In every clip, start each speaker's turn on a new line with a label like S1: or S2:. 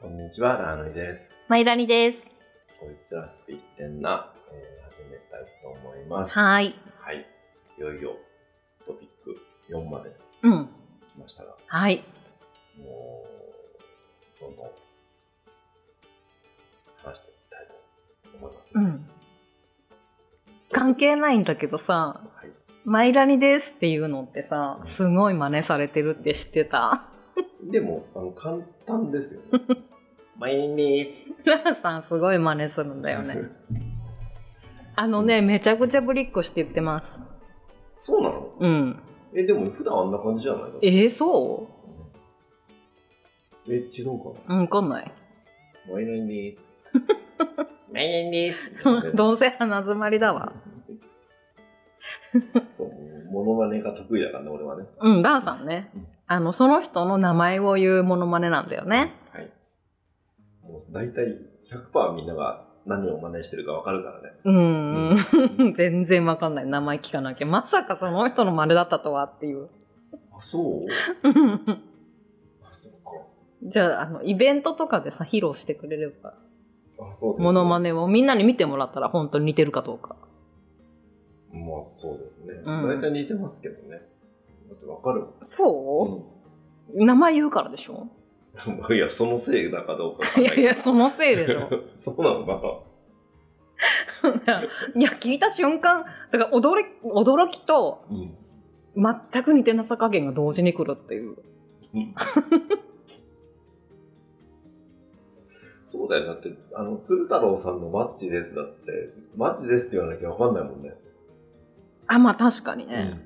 S1: こんにちは、ラーノイです。
S2: マイラニです。
S1: こいつらスピッテンな、えー始めたいと思います。。
S2: はいーい。
S1: はい。いよいよ、トピック4まで
S2: うん。
S1: 来ましたが、
S2: はい。
S1: もう、どんどん、話していきたいと思います。
S2: う。ん。関係ないんだけどさ、
S1: はい。
S2: マイラニですっていうのってさ、すごい真似されてるって知ってた
S1: でも、あの、簡単ですよね。マイミ
S2: ラーさんすごい真似するんだ
S1: ー
S2: よね。あのね、めちゃくちゃぶりっこして言ってます。
S1: そうなの
S2: うん。
S1: え、でも普段あんな感じじゃないの
S2: えー、そ
S1: え、違うか
S2: ううん、わかんない。
S1: なマイナンです。マイナンです。
S2: どうせ鼻詰まりだわ。
S1: そう、モノマネが得意だからね、俺はね。
S2: うん、ラーさんね
S1: うん。
S2: あの、その人の名前を言うモノマネなんだよね。
S1: はい。もう大体100%みんなが何を真似してるかわかるからね。
S2: うーん。 全然わかんない。名前聞かなきゃ。まさかその人の真似だったとはっていう。
S1: あ、そう
S2: うん
S1: あ、そっか。
S2: じゃあ、あの、イベントとかでさ、披露してくれれば、
S1: あ、そうです、
S2: モノマ
S1: ネ。
S2: ネをみんなに見てもらったら本当に似てるかどうか。
S1: まあ、そうですね。
S2: うん
S1: 大体似てますけどね。だってわかるもん。
S2: そう、名前言うからでしょ
S1: うん、い や、そのせいだかどうかわか
S2: い
S1: んな
S2: やい や、そのせい でしょ
S1: そうなのか
S2: いや、聞いた瞬間、だから驚き、驚きと、
S1: な。うん。
S2: 全く似てなさ加減が同時に来るっていう。
S1: そうだよ。だって、あの、鶴太郎さんのマッチですだって、マッチですって言わなきゃわかんないもんね。
S2: あ、まあ確かにね。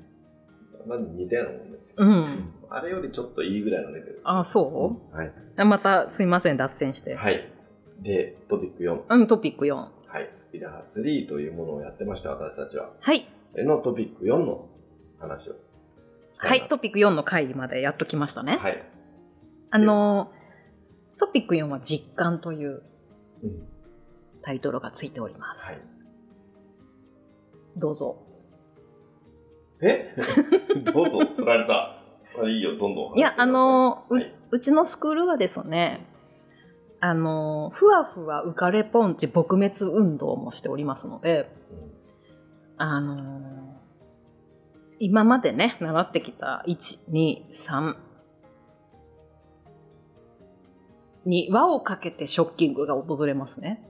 S1: うん。なんで似たようなもんですよ。
S2: うん。
S1: あれよりちょっといいぐらいのレベル。
S2: あ、そ
S1: はい。
S2: う、あまた、すいません、脱線して。
S1: はい。で、トピック4。
S2: うん、トピック4。は
S1: はい。スピラーツリーというものをやってました、私たちは。
S2: い。
S1: えのトピック4の話をした
S2: はいい、
S1: なと。
S2: トピック4の回までやっときましたね。
S1: はい。
S2: あの、トピック4は実感という
S1: うん。
S2: タイトルがついております。
S1: はい。
S2: どうぞ。
S1: え どうぞ、振られた。あいいよ、どんどん。
S2: いや、あ、の、う、
S1: はいう
S2: ちのスクールはですね、あの、ふわふわ浮かれポンチ撲滅運動もしておりますので、
S1: うん
S2: あの、今までね、習ってきた1、2、3に輪をかけてショッキングが訪れますね。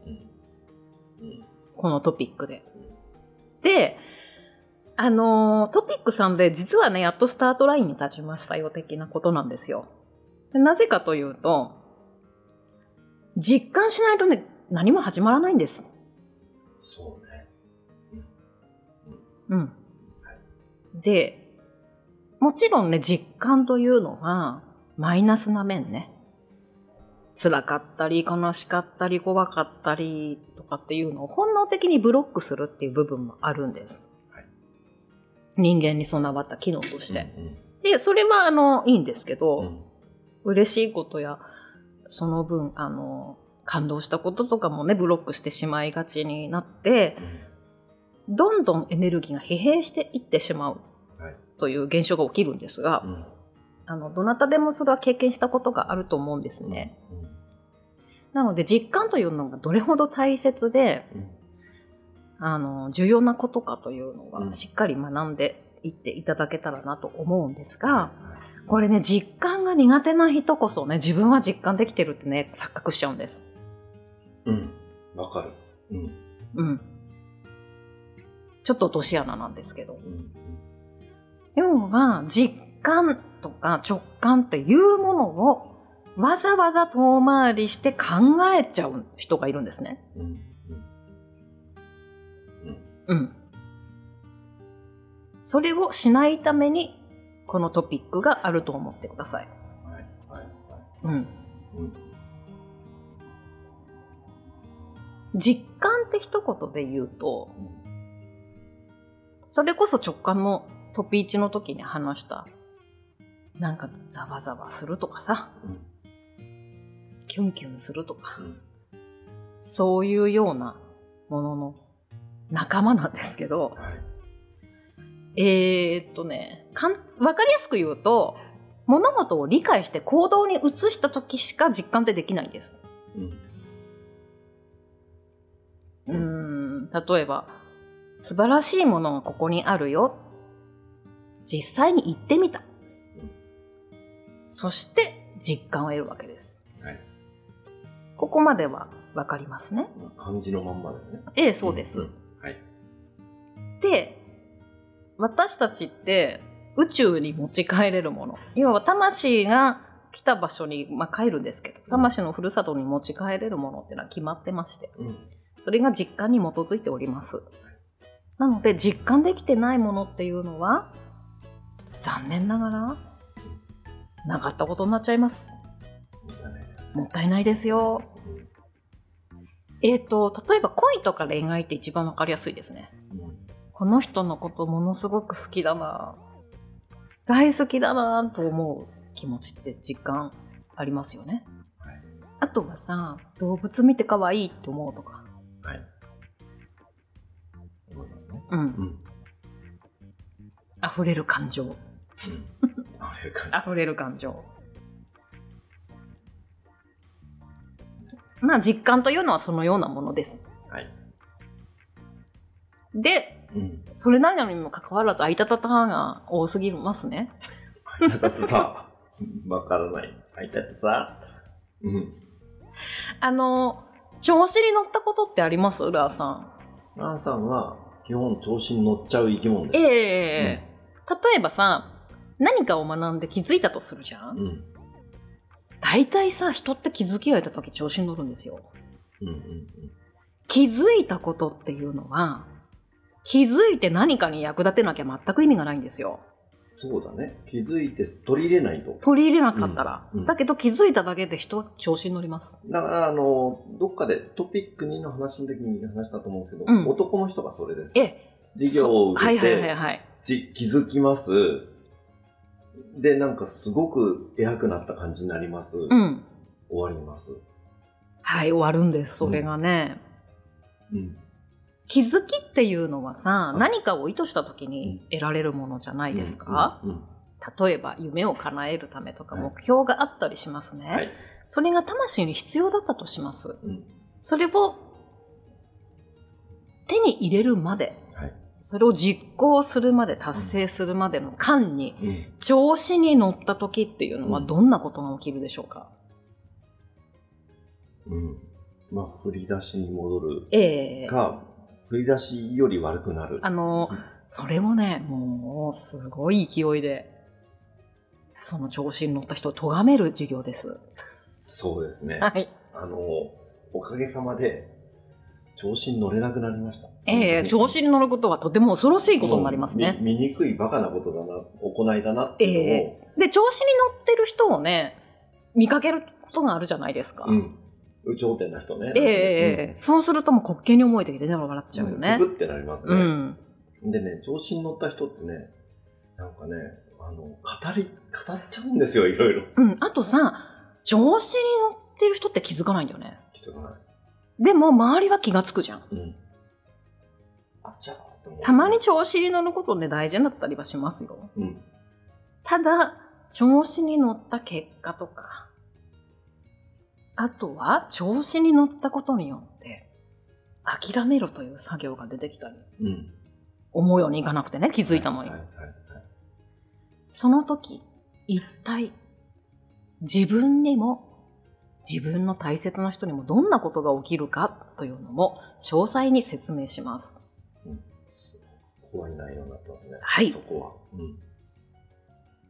S1: うん。うん。
S2: このトピックで。で、あのートピックさんで実はね、やっとスタートラインに立ちましたよ的なことなんですよ。でなぜかというと、実感しないとね、何も始まらないんです。
S1: そうね。
S2: うん。で、もちろんね、実感というのは、マイナスな面ね。辛かったり、悲しかったり、怖かったりとかっていうのを本能的にブロックするっていう部分もあるんです。
S1: はい
S2: 人間に備わった機能として。
S1: うん。
S2: で、それはあの、いいんですけど、
S1: うんうん
S2: 嬉しいことや、その分、あの、感動したこととかもね、ブロックしてしまいがちになって、どんどんエネルギーが疲弊していってしまう
S1: はい
S2: という現象が起きるんですが、
S1: うん。
S2: あのどなたでもそれは経験したことがあると思うんです
S1: うん。
S2: ね。なので実感というのがどれほど大切で
S1: うん。うん。
S2: あの重要なことかというの
S1: うん
S2: がしっかり学んでいっていただけたらなと思うんです
S1: は
S2: が、
S1: い
S2: これね実感が苦手な人こそね自分は実感できてるってね錯覚しちゃうんです。
S1: うん。わかる。うん。
S2: うんちょっと落とし穴なんですけど
S1: うん。うん
S2: 要は実感とか直感っていうものをわざわざ遠回りして考えちゃう人がいるんですね。
S1: うんうん
S2: うん。それをしないためにこのトピックがあると思ってください。
S1: はいはいはい
S2: うん。
S1: うん
S2: 実感って一言で言うと、それこそ直感のトピーチの時に話した、なんかざわざわするとかさ、
S1: うん
S2: キュンキュンするとか
S1: う、ん
S2: そういうようなものの仲間なんですけど、
S1: はい
S2: えー、っとね、かん、わかりやすく言うと、物事を理解して行動に移した時しか実感ってできないんです。
S1: うん。
S2: うーん、例えば、素晴らしいものはここにあるよ。実際に行ってみた。そして実感を得るわけです。
S1: はい
S2: ここまではわかりますね。
S1: まあ、漢字のまんまですね。
S2: ええ、そうです。
S1: んはい。
S2: で、私たちって宇宙に持ち帰れるもの。要は魂が来た場所に、まあ、帰るんですけど、魂のふるさとに持ち帰れるものってのは決まってまして。
S1: うん。
S2: それが実感に基づいております。なので実感できてないものっていうのは残念ながらなかったことになっちゃいます。
S1: だね。
S2: もったいないですよ。えっ、と、例えば恋とか恋愛って一番わかりやすいですね。
S1: うん。
S2: この人のことものすごく好きだな大好きだなと思う気持ちって実感ありますよね。
S1: はい
S2: あとはさ、動物見て可愛いって思うとか。
S1: はい。思いますね。
S2: うん
S1: う。ん。
S2: 溢れる感情。
S1: うん。あれか。
S2: 溢れる感情まあ実感というのはそのようなものです
S1: はい。
S2: で
S1: うん。
S2: それなりなのにもかかわらず「あいたたた」が多すぎますね
S1: あいたたた。 わからない。あいたたた。うん。
S2: あの調子に乗ったことってあります浦和さん
S1: ランさんは、基本調子に乗っちゃう生き物で
S2: え
S1: す。
S2: え例えばさ何かを学んで気づいたとするじゃ
S1: うんん。うん。
S2: 大体さ人って気づきを得た時調子に乗るんですよ
S1: うん。うん。
S2: 気づいたことっていうのは気づいて何かに役立てなきゃ全く意味がないんですよ
S1: そうだね。気づいて取り入れないと。
S2: 取り入れなかったら、
S1: うんうん
S2: だけど気づいただけで人は調子に乗ります
S1: だから、あの、どっかでトピック2の話の時に話したと思うんですけど、
S2: うん
S1: 男の人がそれです。
S2: ええ
S1: 授業を受けて、
S2: そうはいはいはいはい
S1: ち気づきます。で、なんかすごく偉くなった感じになります。
S2: うん
S1: 終わります。
S2: はい終わるんですそれがね、
S1: うん。
S2: 気づきっていうのはさ
S1: うん
S2: 何かを意図した時に得られるものじゃないですか、
S1: うん。
S2: 例えば夢を叶えるためとか
S1: はい
S2: 目標があったりしますね、
S1: はい
S2: それが魂に必要だったとします
S1: うん。
S2: それを手に入れるまで、
S1: はい
S2: それを実行するまで達成するまでの間に
S1: うん。うん
S2: 調子に乗った時っていうのは
S1: うん
S2: どんなことが起きるでしょうか、
S1: うん。まあ、振り出しに戻る
S2: ええ
S1: か、振り出しより悪くなる。
S2: あの、それをね、もう、すごい勢いで、その調子に乗った人を咎める授業です。
S1: そうですね。
S2: はい。
S1: あの、おかげさまで、調子に乗れなくなりました。
S2: ええ調子に乗ることはとても恐ろしいことになります
S1: もう
S2: ね。
S1: み見にくいバカなことだな、行いだなっていうのを、
S2: で、調子に乗ってる人をね、見かけることがあるじゃないですか。
S1: うん。有頂天な人ね。
S2: ええええええそうするともう滑稽に思えてきて、ね、笑っちゃうよね
S1: グ。ってなります
S2: う
S1: ね。
S2: ん。
S1: でね、調子に乗った人ってね、なんかね、あの、語り、語っちゃうんですよ、いろいろ。
S2: うん。あとさ、調子に乗ってる人って気づかないんだよね。
S1: きつくな
S2: でも、周りは気がつくじゃん。
S1: い。うん。あっちゃーって思う
S2: たまに、調子に乗ることね、大事だったりはしますよ。
S1: うん。
S2: ただ、調子に乗った結果とか、あとは、調子に乗ったことによって、諦めろという作業が出てきたり、
S1: うん。
S2: 思うようにいかなくてね、気づいたのに。
S1: はいはいはい
S2: その時、一体、自分にも、自分の大切な人にもどんなことが起きるかというのも、詳細に説明します。
S1: 怖い内容になってますね。
S2: はい
S1: そこは。うん。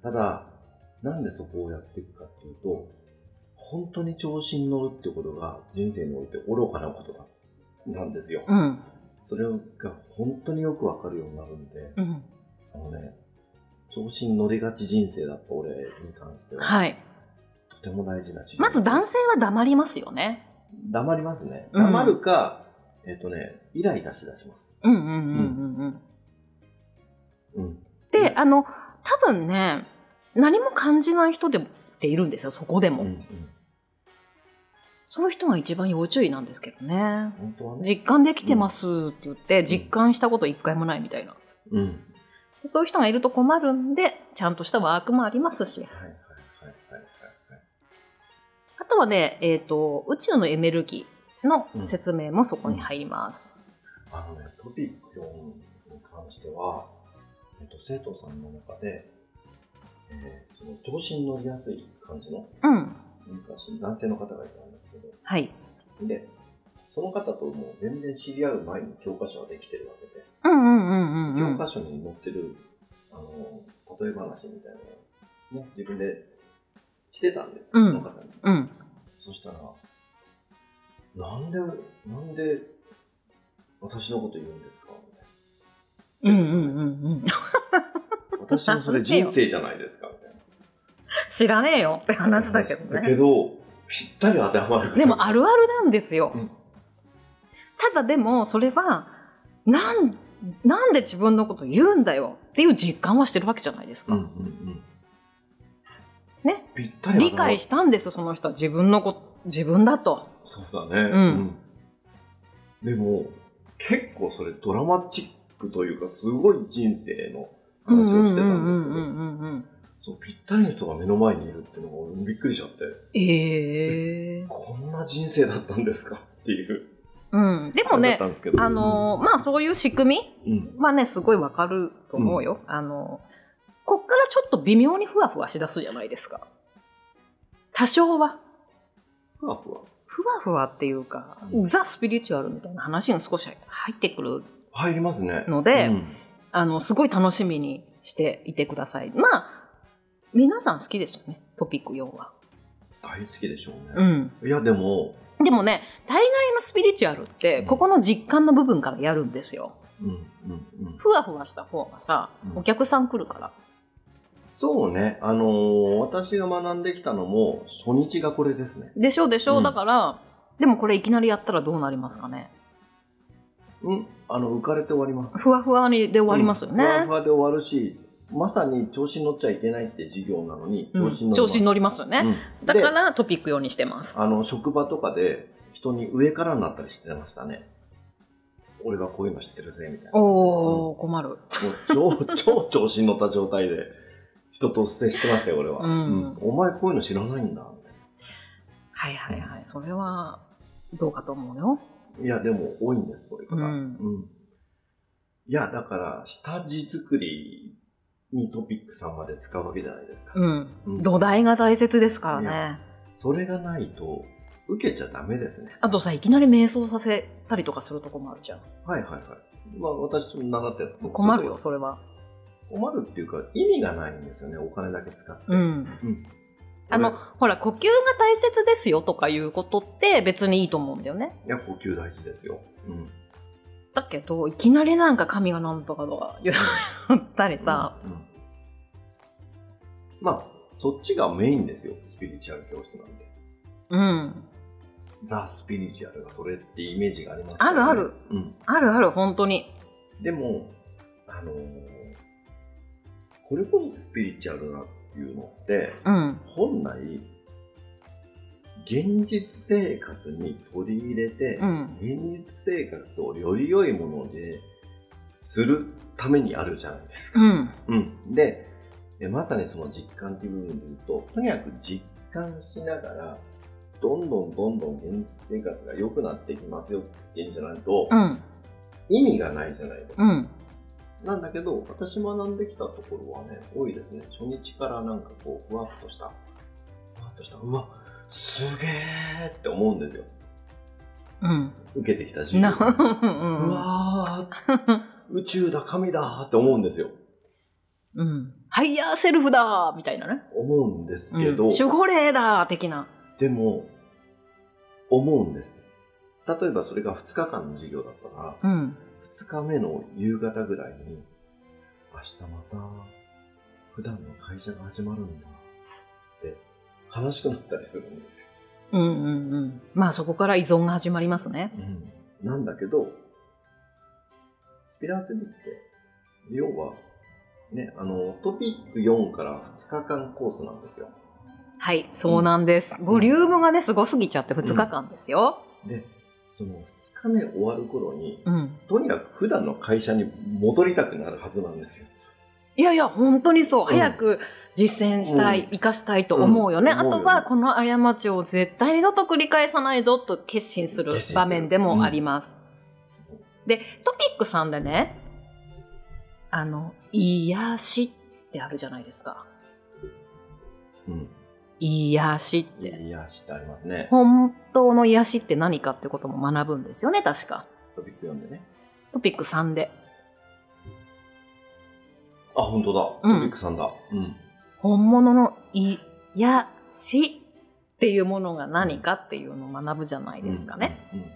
S1: ただ、なんでそこをやっていくかっていうと、本当に調子に乗るってことが人生において愚かなことだ、なんですよ。
S2: うん。
S1: それが本当によくわかるようになるんで、
S2: うん。
S1: あのね、調子に乗りがち人生だった俺に関しては、
S2: はい。
S1: とても大事なし。
S2: まず男性は黙りますよね。
S1: 黙りますね。
S2: うん
S1: 黙るか、えっとね、イライラしだします。
S2: うんうんうんうんうん。
S1: うん。
S2: で、あの、多分ね、何も感じない人でもっているんですよ、そこで
S1: う
S2: も。
S1: んうん。
S2: そういう人が一番要注意なんですけどね。
S1: 本当はね。
S2: 実感できてますって言って、実感したこと一回もないみたいな。
S1: うん。
S2: そういう人がいると困るんで、ちゃんとしたワークもありますし、
S1: はいはい。
S2: はね、えっ、と、宇宙のエネルギーの説明もそこに入ります。
S1: あのね、トピック4に関しては、えっと、生徒さんの中で、えーその調子に乗りやすい感じの
S2: うん、
S1: 昔男性の方がいたんですけど、
S2: はい。
S1: で、その方ともう全然知り合う前に教科書はできてるわけで、
S2: うんうんうんうんうん
S1: 教。科書に載ってる、あの、例え話みたいなのをね、自分でしてたんですよ、
S2: うん
S1: その方に。
S2: うん。
S1: そしたら、なんで、なんで、私のこと言うんですかみたいな。
S2: うんうんうんうん。
S1: 私のそれ人生じゃないですかみたいな。
S2: 知らねえよって話だけど
S1: だけ
S2: ね。
S1: ど、ぴったり当てはまる
S2: でもあるあるなんですよ。
S1: うん
S2: ただでもそれは、なん、なんで自分のこと言うんだよっていう実感はしてるわけじゃないです
S1: う
S2: か。
S1: んうんうん。
S2: ね。
S1: ぴったり
S2: 理解したんですよ、その人は。自分のこと、自分だと。
S1: そうだね。
S2: うん
S1: うんでも、結構それドラマチックというか、すごい人生の
S2: うんう
S1: 話
S2: ん
S1: を
S2: う
S1: し
S2: ん
S1: て
S2: う
S1: たんです
S2: ん
S1: け
S2: う
S1: ど、
S2: んうん。
S1: そうぴったりの人が目の前にいるっていうのが俺もびっくりしちゃって、
S2: ええ
S1: こんな人生だったんですかっていう。
S2: うん。でも
S1: だっ
S2: ね
S1: た、んですけど
S2: あのーまあそういう仕組み
S1: うん。
S2: はね、すごいわかると思うよ。あの、こっからちょっと微妙にふわふわしだすじゃないですか。多少は、
S1: ふわふわ。
S2: ふわふわっていうか、
S1: うん
S2: ザ・スピリチュアルみたいな話が少し入ってくる
S1: 入りますね。
S2: ので
S1: うん
S2: あの、すごい楽しみにしていてください。まあ、皆さん好きですよね、トピック4は。
S1: 大好きでしょうね。
S2: うん。
S1: いや、でも、
S2: でもね、大概のスピリチュアルって、
S1: うん
S2: ここの実感の部分からやるんですよ。
S1: うんうんうん、
S2: ふわふわした方がさ
S1: う、ん
S2: お客さん来るから。
S1: そうね、あのー私が学んできたのも、初日がこれですね。
S2: でしょうでしょう、
S1: うん
S2: だから、でもこれいきなりやったらどうなりますかね。
S1: うん、あの浮かれて終わります。
S2: ふわふわにで終わりますよね。
S1: うんふわふわで終わるし、まさに調子に乗っちゃいけないって授業なのに、
S2: うん調子に乗りますよね。
S1: うん
S2: だ
S1: で
S2: からトピック用にしてます。
S1: あの、職場とかで、人に上からになったりしてましたね。俺はこういうの知ってるぜ、みたいな。も
S2: おー、困る。
S1: う超、超調子に乗った状態で、人と接してましたよ、俺は。
S2: うん
S1: お前こういうの知らないんだ、みたい
S2: はいはいはい。それは、どうかと思うよ。
S1: ないや、でも多いんです、そういう方。
S2: うん
S1: うんいや、だから、下地作りにトピックさんまで使うわけじゃないですか。
S2: うん。
S1: うん
S2: 土台が大切ですから
S1: い
S2: ね
S1: や。それがないと、受けちゃダメですね。
S2: あとさ、いきなり瞑想させたりとかするとこもあるじゃん。
S1: はいはいはい。まあ、私、習ってやった
S2: 困るよ、
S1: そ
S2: それは。
S1: う困るっていうか、意味がないんですよね、お金だけ使って。
S2: うん。
S1: うん
S2: あの、ほら、呼吸が大切ですよとかいうことって別にいいと思うんだよね。
S1: いや、呼吸大事ですよ。うん。
S2: だけど、いきなりなんか神がなんとかとか言ったりさ、
S1: うん、うんまあ、そっちがメインですよ、スピリチュアル教室なんで。
S2: うん。
S1: ザ・スピリチュアルがそれってイメージがあります
S2: あるある。
S1: うん。
S2: あるある、本当に。
S1: でも、あのーこれこそスピリチュアルなっていうのって、
S2: うん。
S1: 本来、現実生活に取り入れて、
S2: うん
S1: 現実生活をより良いものでするためにあるじゃないです
S2: う
S1: か。
S2: ん。
S1: うんでで、まさにその実感っていう部分で言うと、とにかく実感しながら、どんどんどんどん現実生活が良くなっていきますよっていうんじゃないと
S2: う、ん。
S1: 意味がないじゃないですか。
S2: うん。
S1: なんだけど、私学んできたところはね、多いですね。初日からなんかこう、ふわっとした、ふわっとした、うわ、すげーって思うんですよ。
S2: うん。
S1: 受けてきた授業。
S2: な、
S1: う
S2: う
S1: わー、宇宙だ、神だって思うんですよ。
S2: ん。うん。ハイヤーセルフだみたいなね。
S1: 思うんです
S2: う
S1: けど、
S2: ん、守護霊だ的な。
S1: でも、思うんです。例えばそれが2日間の授業だったら、
S2: うん。
S1: 2日目の夕方ぐらいに、明日また普段の会社が始まるんだって悲しくなったりするんです
S2: うんうんうん。まあそこから依存が始まりますね。
S1: よ。なんだけど、スピラーズリーって、要は、ね、あの、トピック4から2日間コースなんですよ。
S2: はい、そうなんです。ボリュームがね、すごすぎちゃって2日間ですよ。
S1: で、その2日目終わる頃に、
S2: うん。
S1: とにかく普段の会社に戻りたくなるはずなんですよ。
S2: いやいや、本当にそう。
S1: ん
S2: 早く実践したい、
S1: うん
S2: 生かしたいと思うよね。
S1: うん
S2: あ
S1: 思うよね
S2: とは、この過ちを絶対二度と繰り返さないぞと決心する
S1: 決心する
S2: 場面でもあります。で、トピックさんでね、あの、癒しってあるじゃないですか。
S1: うん。
S2: 癒しって。
S1: 癒しってありますね。
S2: 本当の癒しって何かってことも学ぶんですよね、確か。
S1: トピック読んでね。
S2: トピック3で。
S1: あ、本当だ。
S2: うん
S1: トピックさんだ。うん。
S2: 本物の癒しっていうものが何かっていうのを学ぶじゃないですかね。
S1: うん。うんうん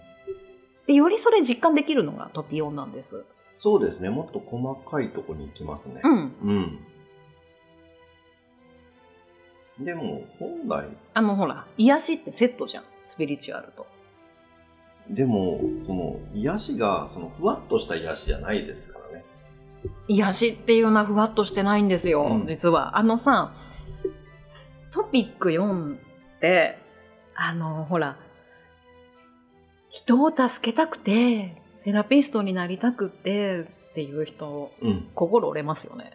S2: で、よりそれ実感できるのがトピオンなんです。
S1: そうですね。もっと細かいとこに行きますね。
S2: うん。
S1: うん。でも、本来、
S2: あの、ほら、癒しってセットじゃん。スピリチュアルと。
S1: でも、その、癒しが、その、ふわっとした癒しじゃないですからね。
S2: 癒しっていうのはふわっとしてないんですよ、
S1: うん
S2: 実は。あのさ、トピック4って、あの、ほら、人を助けたくて、セラピストになりたくてっていう人、
S1: うん。
S2: 心折れますよね。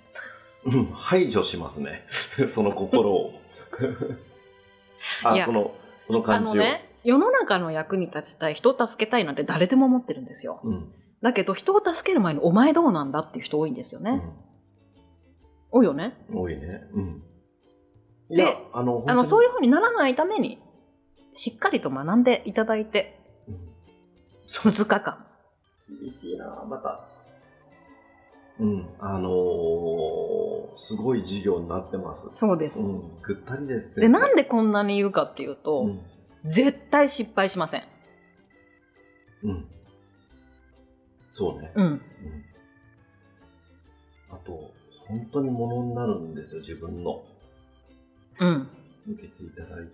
S1: うん。排除しますね。 その心を。
S2: い
S1: あ、
S2: や
S1: その、その
S2: あ
S1: 感じを。
S2: のね、世の中の役に立ちたい、人を助けたいなんて誰でも思ってるんですよ。
S1: うん。
S2: だけど、人を助ける前にお前どうなんだっていう人多いんですよ
S1: う
S2: ね。
S1: ん。
S2: 多いよね。
S1: 多いね。うん。
S2: で
S1: いや、あの、
S2: あの、そう
S1: い
S2: いう風にならないために、しっかりと学んでいただいて、
S1: うん。
S2: 2日間。
S1: 厳しいなまた。うん、あのー、すごい授業になってます。
S2: そうです。
S1: うん、ぐったりです。
S2: で、なん
S1: で、
S2: でこんなに言うかっていうと、
S1: うん、
S2: 絶対失敗しません。
S1: うん。そうね。
S2: うん。
S1: うん。あと、本当にものになるんですよ、自分の。
S2: うん。
S1: 受けていただい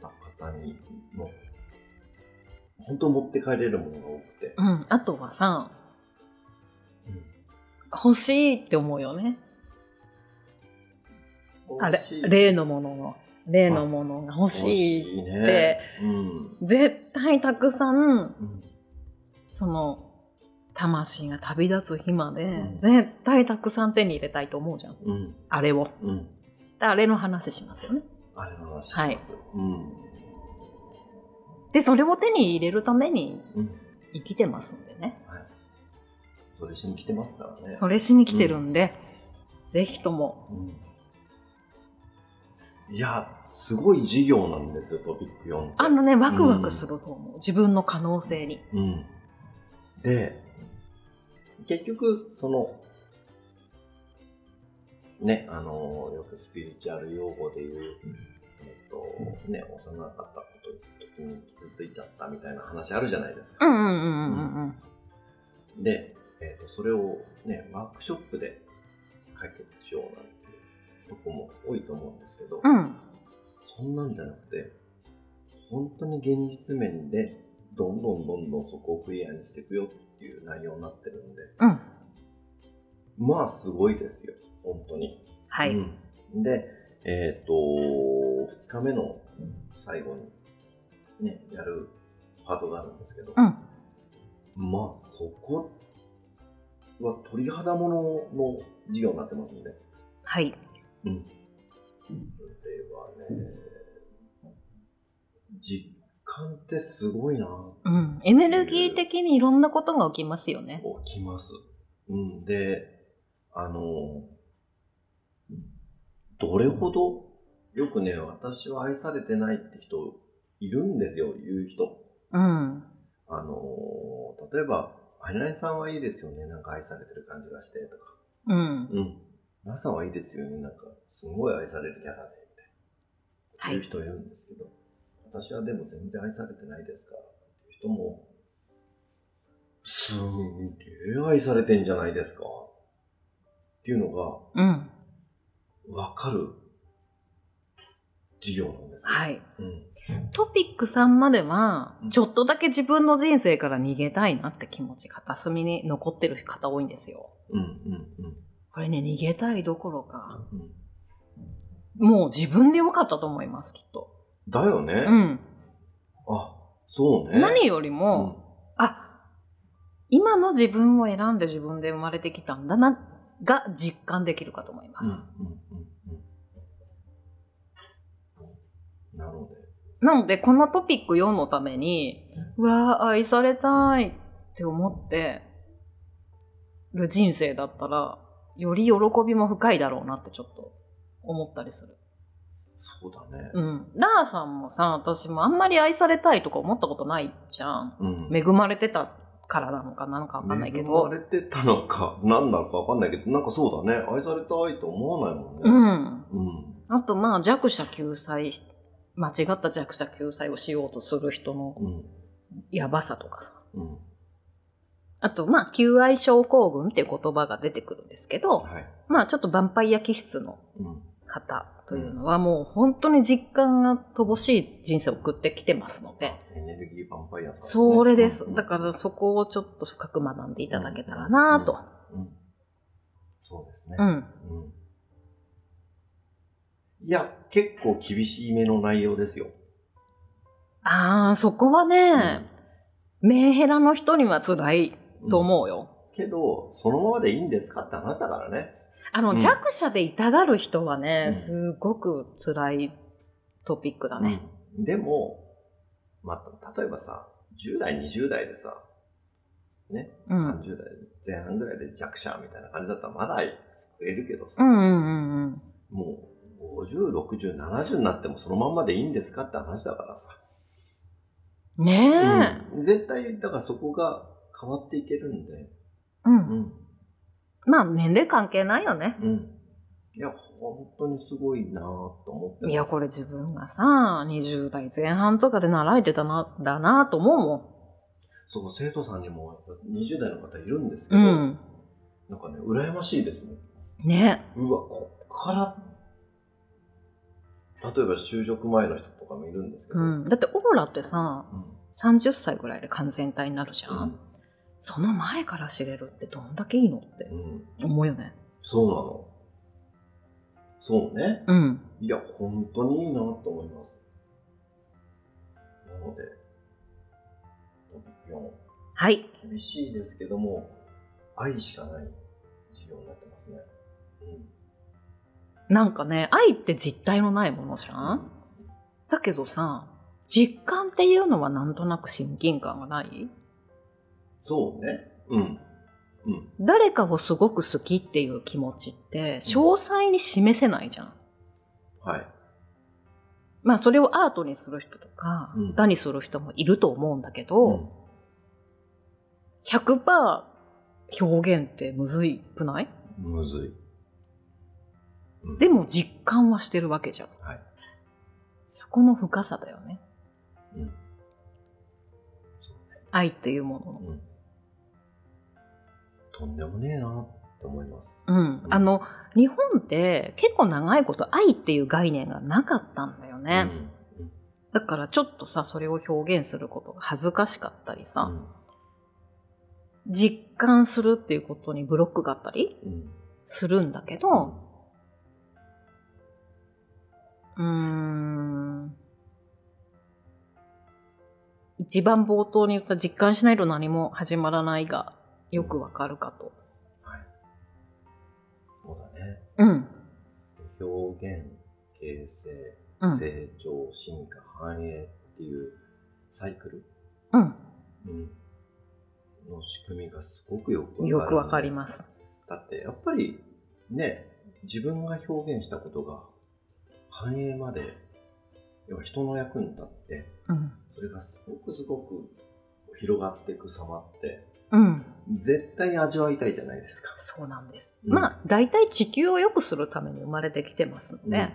S1: た方にも。本当持って帰れるものが多くて。
S2: うん。あとはさ、
S1: うん
S2: 欲しいって思うよね。あれ
S1: 欲し、い
S2: 例のものの、例のものが欲
S1: 欲
S2: しい
S1: しいね。
S2: て
S1: うん。
S2: 絶対たくさん
S1: うん
S2: その魂が旅立つ日まで、
S1: ん
S2: 絶対たくさん手に入れたいと思うじゃん
S1: うん。
S2: あれを
S1: うん。
S2: であれの話しますよね
S1: あれの話します。
S2: はい
S1: うん。
S2: でそれを手に入れるために
S1: うん。
S2: 生きてますんでね
S1: はい。それしに来てますからね。
S2: それしに来てるんで、ぜひとも
S1: うん。いや、すごい授業なんですよ、トピック4って。
S2: あのねワクワクすると思う、自分の可能性に
S1: うん。で、結局、その、ね、あの、よくスピリチュアル用語で言う、えっと、ね、幼かったこと時に傷ついちゃったみたいな話あるじゃないですか。
S2: うんうんうんうんうん
S1: で、えーとそれを、ね、ワークショップで解決しようなんていうとこも多いと思うんですけど、
S2: うん
S1: そんなんじゃなくて本当に現実面でどんどんどんどんそこをクリアにしていくよっていう内容になってるんで
S2: うん
S1: まあすごいですよ本当に。
S2: はい、
S1: うん、で、えっと2日目の最後に、ね、やるパートがあるんですけど、
S2: うん
S1: まあそこは鳥肌ものの授業になってますんで、
S2: はい
S1: うん、これはね実感ってすごいな
S2: うん、エネルギー的にいろんなことが起きますよね。
S1: 起きます、うん、であのどれほどよくね私は愛されてないって人いるんですよ言う人
S2: うん。
S1: あの例えば「アイナイさんはいいですよねなんか愛されてる感じがして」とか
S2: うん。
S1: うん。ナさんはいいですよね。なんか、すごい愛されるキャラで、みたいな。
S2: はい
S1: いう人いるんですけど、私はでも全然愛されてないですから、っていう人も、すんげえ愛されてんじゃないですか。っていうのが、
S2: うん。
S1: わかる授業なんですよ。
S2: はい。
S1: うん。
S2: トピックさんまでは
S1: うん、
S2: ちょっとだけ自分の人生から逃げたいなって気持ち、片隅に残ってる方多いんですよ。
S1: うん、うん、うん
S2: これね、逃げたいどころか、
S1: うん。
S2: もう自分でよかったと思います、きっと。
S1: だよね。
S2: うん。
S1: あ、そうね。
S2: 何より
S1: う
S2: も、
S1: ん
S2: あ、今の自分を選んで自分で生まれてきたんだなっが実感できるかと思います。
S1: うんうんうんうん。なるほどね。
S2: なので、このトピック4のために、うわー、愛されたいって思ってる人生だったら、より喜びも深いだろうなってちょっと思ったりする。
S1: そうだね。
S2: うん。ラーさんもさ、私もあんまり愛されたいとか思ったことないじゃん。
S1: うん。
S2: 恵まれてたからなのかなんかわかんないけ
S1: 恵
S2: ど
S1: ま。れてたのか、何なのかわかんないけど、なんかそうだね。愛されたいと思わないもんね。
S2: うん。
S1: うん。
S2: あと、まあ、弱者救済、間違った弱者救済をしようとする人の
S1: うん。
S2: やばさとかさ。
S1: うん。
S2: あと、まあ、求愛症候群っていう言葉が出てくるんですけど、
S1: はい。
S2: まあ、ちょっとヴァンパイア気質の
S1: うん。
S2: 方というのは、もう本当に実感が乏しい人生を送ってきてますので、
S1: エネルギーヴァンパイアさん、
S2: それです。だ
S1: ら。
S2: からそこをちょっと深く学んでいただけたらなと。
S1: うん。そうですね。
S2: うん。
S1: うんいや、結構厳しい目の内容ですよ。
S2: ああ、そこはね、メンヘラの人には辛いと
S1: うん。
S2: 思うよ。
S1: けど、そのままでいいんですかって話だからね。
S2: あの、
S1: うん
S2: 弱者で痛がる人は
S1: う
S2: ね、
S1: ん
S2: すごく辛いトピックだね。
S1: うんでも、まあ、例えばさ、10代、20代でさ、ね、
S2: うん。うん
S1: 30代前半ぐらいで弱者みたいな感じだったらまだ救えるけど
S2: う
S1: さ、
S2: んうんうん。
S1: もう50、60、70になってもそのまんまでいいんですかって話だからさ。
S2: ねえ。
S1: うん絶対、だからそこが変わっていけるんで、
S2: うん。
S1: うん、
S2: まあ、年齢関係ないよね。
S1: うん。いや、本当にすごいなぁと思ってます
S2: いや、これ自分がさ、20代前半とかで習えてたな、だなと思うも
S1: そう、生徒さんにもやっぱ20代の方いるんですけ
S2: ん。
S1: ど、
S2: うん。
S1: なんかね、羨ましいですね。
S2: ね。
S1: うわ、こっから、例えば就職前の人とかもいるんですけど、
S2: う
S1: うん
S2: ん。だって、オーラってさ、30歳ぐらいで完全体になるじゃん。その前から知れるってどんだけいいのって
S1: うんうん
S2: 思うよね。
S1: そうなの。そうね。
S2: うん。
S1: いや、本当にいいなと思います。なので、4
S2: はい。、
S1: 厳しいですけども、愛しかない授業になってますね。うん。
S2: なんかね、愛って実体のないものじゃんだけどさ、実感っていうのはなんとなく親近感がない
S1: そうね。うん。うん。
S2: 誰かをすごく好きっていう気持ちって、詳細に示せないじゃん。
S1: はい。
S2: まあそれをアートにする人とか、
S1: うん
S2: 歌にする人もいると思うんだけど、100%表現ってむずいくない
S1: うんむずい。うん
S2: でも実感はしてるわけじゃん。
S1: はい
S2: そこの深さだよね。
S1: うん
S2: 愛っていうものの。
S1: うんとんでもねえなって思います。
S2: うん。あの、日本って結構長いこと愛っていう概念がなかったんだよね。
S1: うん
S2: だからちょっとさ、それを表現することが恥ずかしかったりさ、実感するっていうことにブロックがあったり
S1: うんうん
S2: するんだけど、うーん。一番冒頭に言った実感しないと何も始まらないがよくわかるかと。
S1: そうだね。
S2: うん。
S1: 表現、形成、
S2: うん。
S1: 成長、進化、繁栄っていうサイクル、
S2: うん。
S1: うんの仕組みがすごくよく
S2: よくわかり
S1: す。
S2: ます。
S1: だってやっぱりね、自分が表現したことが繁栄まで、要は人の役に立って、
S2: うん。
S1: それがすごくすごく広がっていく様って、
S2: うん。
S1: 絶対に味わいたいじゃないですか。
S2: そうなんです。
S1: うん
S2: まあ、大体地球を良くするために生まれてきてますので、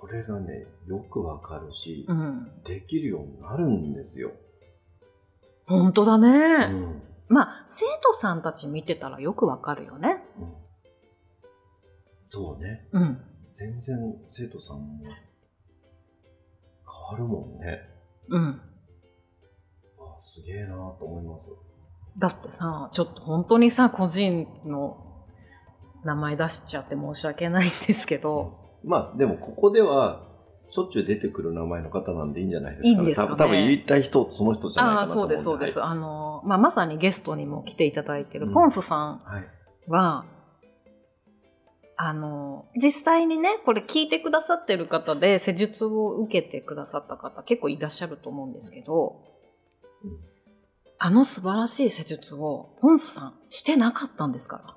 S1: それがね、よくわかるし、
S2: うん。
S1: できるようになるんですよ。
S2: 本当だね。
S1: うん
S2: まあ、生徒さんたち見てたらよくわかるよね。
S1: うんそうね。
S2: うん。
S1: 全然生徒さんも変わるもんね。
S2: うん。
S1: あすげえなと思います。
S2: だってさ、ちょっと本当にさ、個人の名前出しちゃって申し訳ないんですけど、
S1: まあ、でもここでは、しょっちゅう出てくる名前の方なんでいいんじゃないですか、ね。
S2: いいんですかね
S1: 多分多分言いたい人、その人じゃない
S2: あ
S1: か
S2: あ、
S1: なと
S2: そ
S1: 思
S2: うん
S1: で。
S2: です、そうです。
S1: は
S2: あの、まあ、まさにゲストにも来ていただいてる、
S1: うん
S2: ポンスさん
S1: い。はい。
S2: は、あの、実際にね、これ聞いてくださってる方で、施術を受けてくださった方結構いらっしゃると思うんですけど、
S1: うん
S2: あの素晴らしい施術を、ポンスさんしてなかったんですから。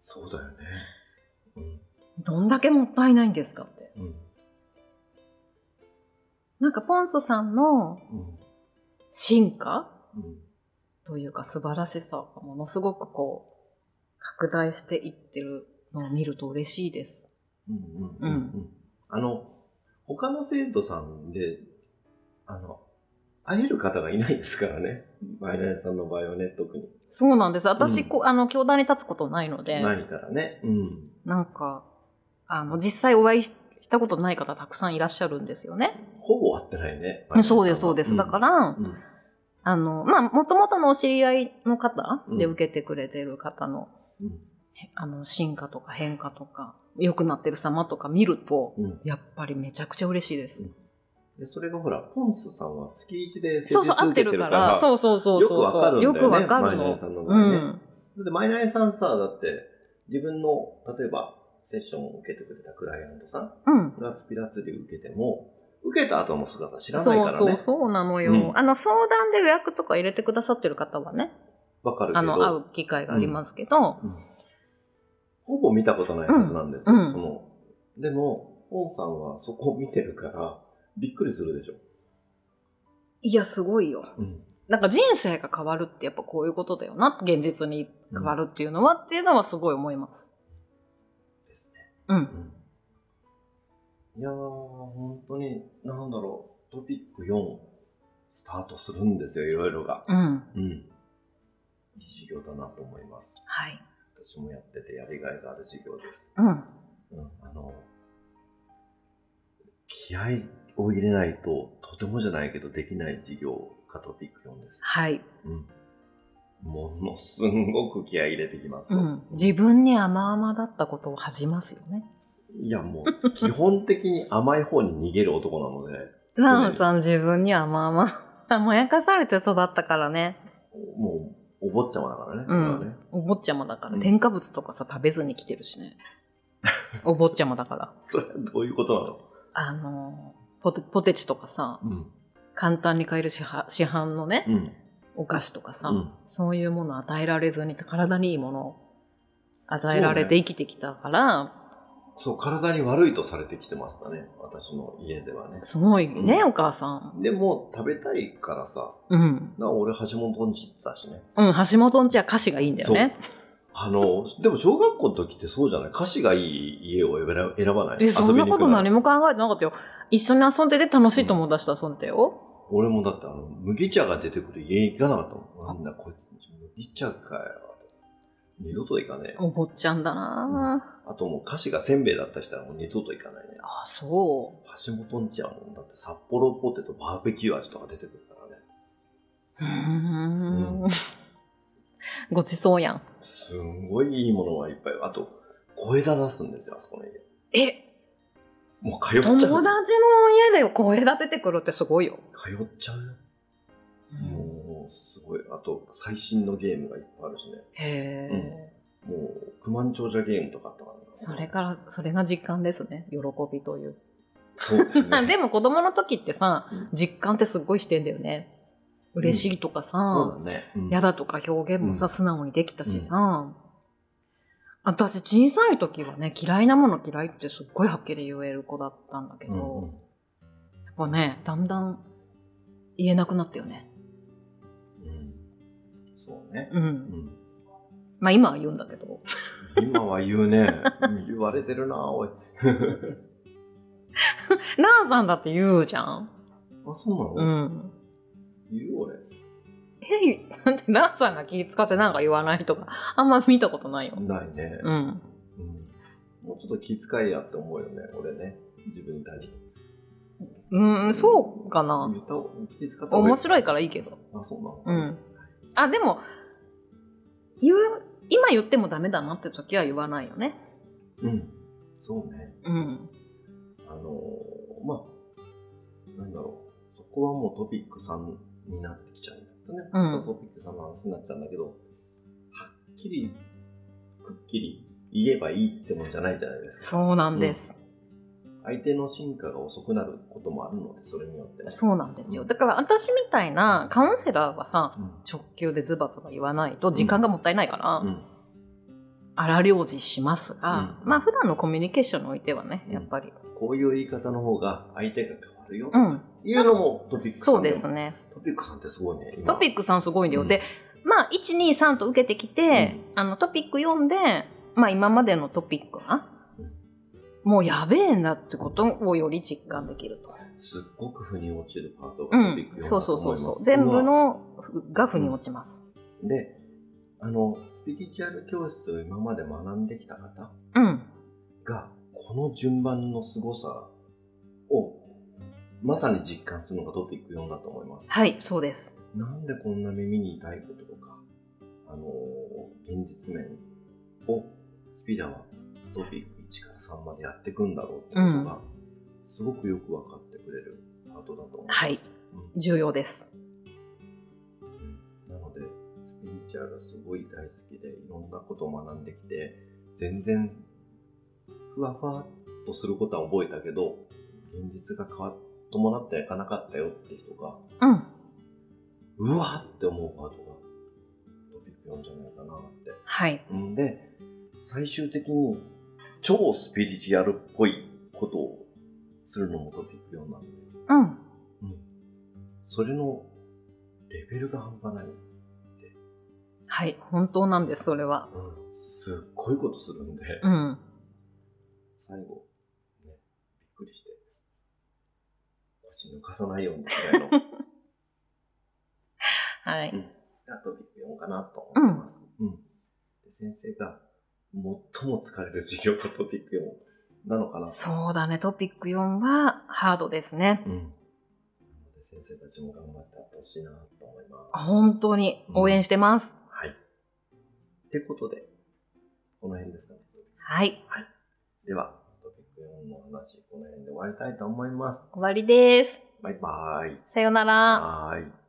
S1: そうだよね。
S2: どんだけもったいないんですかって。
S1: うん。
S2: なんかポンスさんの
S1: うん。
S2: 進化
S1: うん。
S2: というか素晴らしさがものすごくこう、拡大していってるのを見ると嬉しいです。
S1: うんうんうんうんあの、他の生徒さんで、あの、会える方がいないですからね。マイナスさんの場合はね、特に。
S2: そうなんです。
S1: う
S2: 私、
S1: ん
S2: こうあの、教壇に立つことないので、
S1: ないからね。うん。
S2: なんか、あの、実際お会いししたことない方たくさんいらっしゃるんですよね。
S1: ほぼ会ってないね。、
S2: そうです、そうです。だからら、
S1: うん。
S2: あの、まあ、もともとのお知り合いの方で受けてくれてる方の、
S1: うん
S2: へあの、進化とか変化とか、良くなってる様とか見ると、
S1: うん
S2: やっぱりめちゃくちゃ嬉しいです。
S1: うんでそれがほら、ポンスさんは月1で施術
S2: そうそう、合っ
S1: 受け
S2: てるから、そうそうそうそうそう。
S1: よくわかるんだよねマイ
S2: よくわかる
S1: ナ
S2: の
S1: ーさんの。場
S2: う
S1: 合ね
S2: ん。
S1: だってマイナイさんさ、だって、自分の、例えば、セッションを受けてくれたクライアントさ
S2: うん。
S1: んがスピラツリー受けても、受けた後の姿知らないか
S2: そう
S1: らね。
S2: そう、そうなのよ、
S1: うん
S2: あの、相談で予約とか入れてくださってる方はね、
S1: わかるけど。
S2: あの、会う機会がありますけど、
S1: ほぼ見たことないはずなんですよ。
S2: うん
S1: そのでも、ポンさんはそこを見てるから、びっくりするでしょ。
S2: いや、すごいよ。
S1: うん。
S2: なんか人生が変わるってやっぱこういうことだよな、現実に変わるっていうのは、っていうのはすごい思います。
S1: ですね。
S2: うん。
S1: うん、いやー、本当に、なんだろう、トピック4、スタートするんですよ、いろいろが。
S2: うん。
S1: うん。いい授業だなと思います。
S2: はい。
S1: 私もやっててやりがいがある授業です。
S2: うん。
S1: うん、あの、気合を入れないと、とてもじゃないけどできない授業がトピック4です。
S2: はい。
S1: うん。ものすんごく気合い入れてきます。
S2: うん。自分に甘々だったことを恥じますよね。
S1: いや、もう、基本的に甘い方に逃げる男なので、
S2: ランさん自分に甘々。 甘やかされて育ったからね。
S1: もう、お坊ちゃまだからね、
S2: う
S1: これはね
S2: ん。お坊ちゃまだから。
S1: うん
S2: 添加物とかさ、食べずに来てるし ね。お坊ちゃまだから。
S1: それはどういうことな
S2: あのー、ポテ、ポテチとかさ、
S1: の
S2: 簡単に買える市販市販のね
S1: う、ん。うん。
S2: お菓子とかさ、
S1: うん。
S2: そういうものを与えられずに、体にいいものを与えられて生きてきたから、
S1: そう、体に悪いとされてきてましたね、私の家ではね。
S2: すごいね、
S1: うん
S2: お母さん。
S1: でも、食べたいからさ、
S2: うん。
S1: な俺、橋本んち行ってたしね。
S2: うん、橋本んちは歌詞がいいんだよね。
S1: あの、でも小学校の時ってそうじゃない歌詞がいい家を選ば選ばない
S2: え、そんなこと何
S1: も。
S2: も考えてなかったよ。一緒に遊んでて楽しい友達と遊んでたよ。
S1: 俺もだってあの、麦茶が出てくる家行かなかったもん。なんだこいつ、麦茶かよ。二度と行かねえ。
S2: お坊ちゃんだな
S1: あともう歌詞がせんべいだったりしたらもう二度と行かないね。
S2: ぁあ、そ
S1: 橋本んちはもうだって札幌ポテトバーベキュー味とか出てくるからね。
S2: う。うーん。ごちそうやん。
S1: すんごいいいものがいっぱい。あと、小枝出すんですよ、あそこの家。
S2: え、
S1: もう通っちゃ
S2: 友
S1: う。
S2: 達の家で声立ててくるってすごいよ。
S1: 通っちゃうよ。もう、すごい。あと、最新のゲームがいっぱいあるしね。
S2: へ
S1: うん。
S2: え
S1: もう、九万長者ゲームとかあったからな
S2: それから、それが実感ですね。喜びという。
S1: そうですね。
S2: でも子供の時ってさ
S1: うん、
S2: 実感ってすっごいしてんだよね。嬉しいとか
S1: そ
S2: さ、
S1: うだね。うん
S2: 嫌、だとか表現も
S1: う
S2: さ、
S1: ん
S2: 素直にできたしさ、私小さい時はね、嫌いなもの嫌いってすっごいはっきり言える子だったんだけど、
S1: うんうん
S2: やっぱね、だんだん言えなくなったよね。
S1: うんそうね。
S2: う。
S1: うんん、
S2: まあ今は言うんだけど。
S1: 今は言うね。 うん言われてるな、おい。
S2: ランさんだって言うじゃん。
S1: あ、そう
S2: う
S1: なの、
S2: ん。
S1: 言う俺。
S2: え、なんで ランさんが気使ってなんか言わないとか、あんま見たことないよ。
S1: ないね、
S2: うん。
S1: うんもうちょっと気遣いやって思うよね、俺ね。自分に対して。
S2: うん、そうかな。
S1: 言った気遣った方が
S2: 面白いからいいけど。
S1: あ、そう
S2: う
S1: なの
S2: ん。あ、でも、言う、今言ってもダメだなって時は言わないよね。
S1: うん。そうね。
S2: うん。
S1: あのーまあ、なんだろう。そこはもうトピック3になってきちゃうんだけどね。
S2: うん
S1: トピック3の話になっちゃうんだけど、はっきり、くっきり言えばいいってもんじゃないじゃないですか。
S2: そうなんです。
S1: 相手の進化が遅くなることもあるので、それによってね。
S2: そうなんですよ。
S1: うん
S2: だから私みたいなカウンセラーはさ、
S1: うん。
S2: 直球でズバズバ言わないと時間がもったいないから、
S1: うん。
S2: 荒療治しますが、
S1: うん
S2: まあ普段のコミュニケーションにおいてはね、やっぱり。
S1: こういう言い方の方が相手が変わるよ。
S2: うん。
S1: いうのもトピックさん
S2: そうです
S1: ね。
S2: ね。
S1: トピックさんってすごいね。
S2: トピッ
S1: ク
S2: クさんすごいんだよ。
S1: うん
S2: で、まあ、1、2、3と受けてきて、あの、トピック読んで、まあ、今までのトピックが
S1: うん、
S2: もうやべえなってことをより実感できると。
S1: すっごく腑に落ちるパート
S2: う
S1: がトピッ
S2: ん
S1: ク。よ
S2: そう
S1: だと
S2: そう
S1: 思
S2: そ
S1: い
S2: う
S1: ます
S2: そう。全部。のふが腑に落ちます。
S1: うわで、あの、スピリチュアル教室を今まで学んできた方
S2: うん。
S1: が、この順番の凄さを、まさに実感するのがトピック4だと思います。
S2: はい、そうです。
S1: なんでこんな耳に痛いこととか、あのー現実面をスピラはトピック1から3までやっていくんだろうってことが、すごくよく分かってくれるパートだと思います。
S2: はい
S1: うん
S2: 重要です。
S1: なので、スピリチュアルすごい大好きで、いろんなことを学んできて、全然、ふわふわっとすることは覚えたけど、現実が変わっ伴っていかなかったよって人が、
S2: うん。
S1: うわって思うパートがトピック4じゃないかなっ
S2: はい。
S1: て。んで、最終的に超スピリチュアルっぽいことをするのもトピック4なんで、
S2: うん。
S1: それのレベルが半端ない。
S2: はい。本当なんです、それは。
S1: うん、すっごいことするんで、
S2: うん。
S1: 最後、ね、びっくりして、腰抜かさないようにぐらいのが
S2: はい。
S1: トピック4かなと思います。うんで先生が最も疲れる授業がトピック4なのかなと
S2: そうだね、トピック4はハードですね。
S1: うん。なので先生たちも頑張ってあってほしいなと思います。
S2: 本当に応援してます。
S1: はい。ってことで、この辺ですかね。
S2: はい。
S1: では、トピック4の話、この辺で終わりたいと思いま
S2: 終わりです。
S1: す。バイバーイ。
S2: さよなら。
S1: はーい。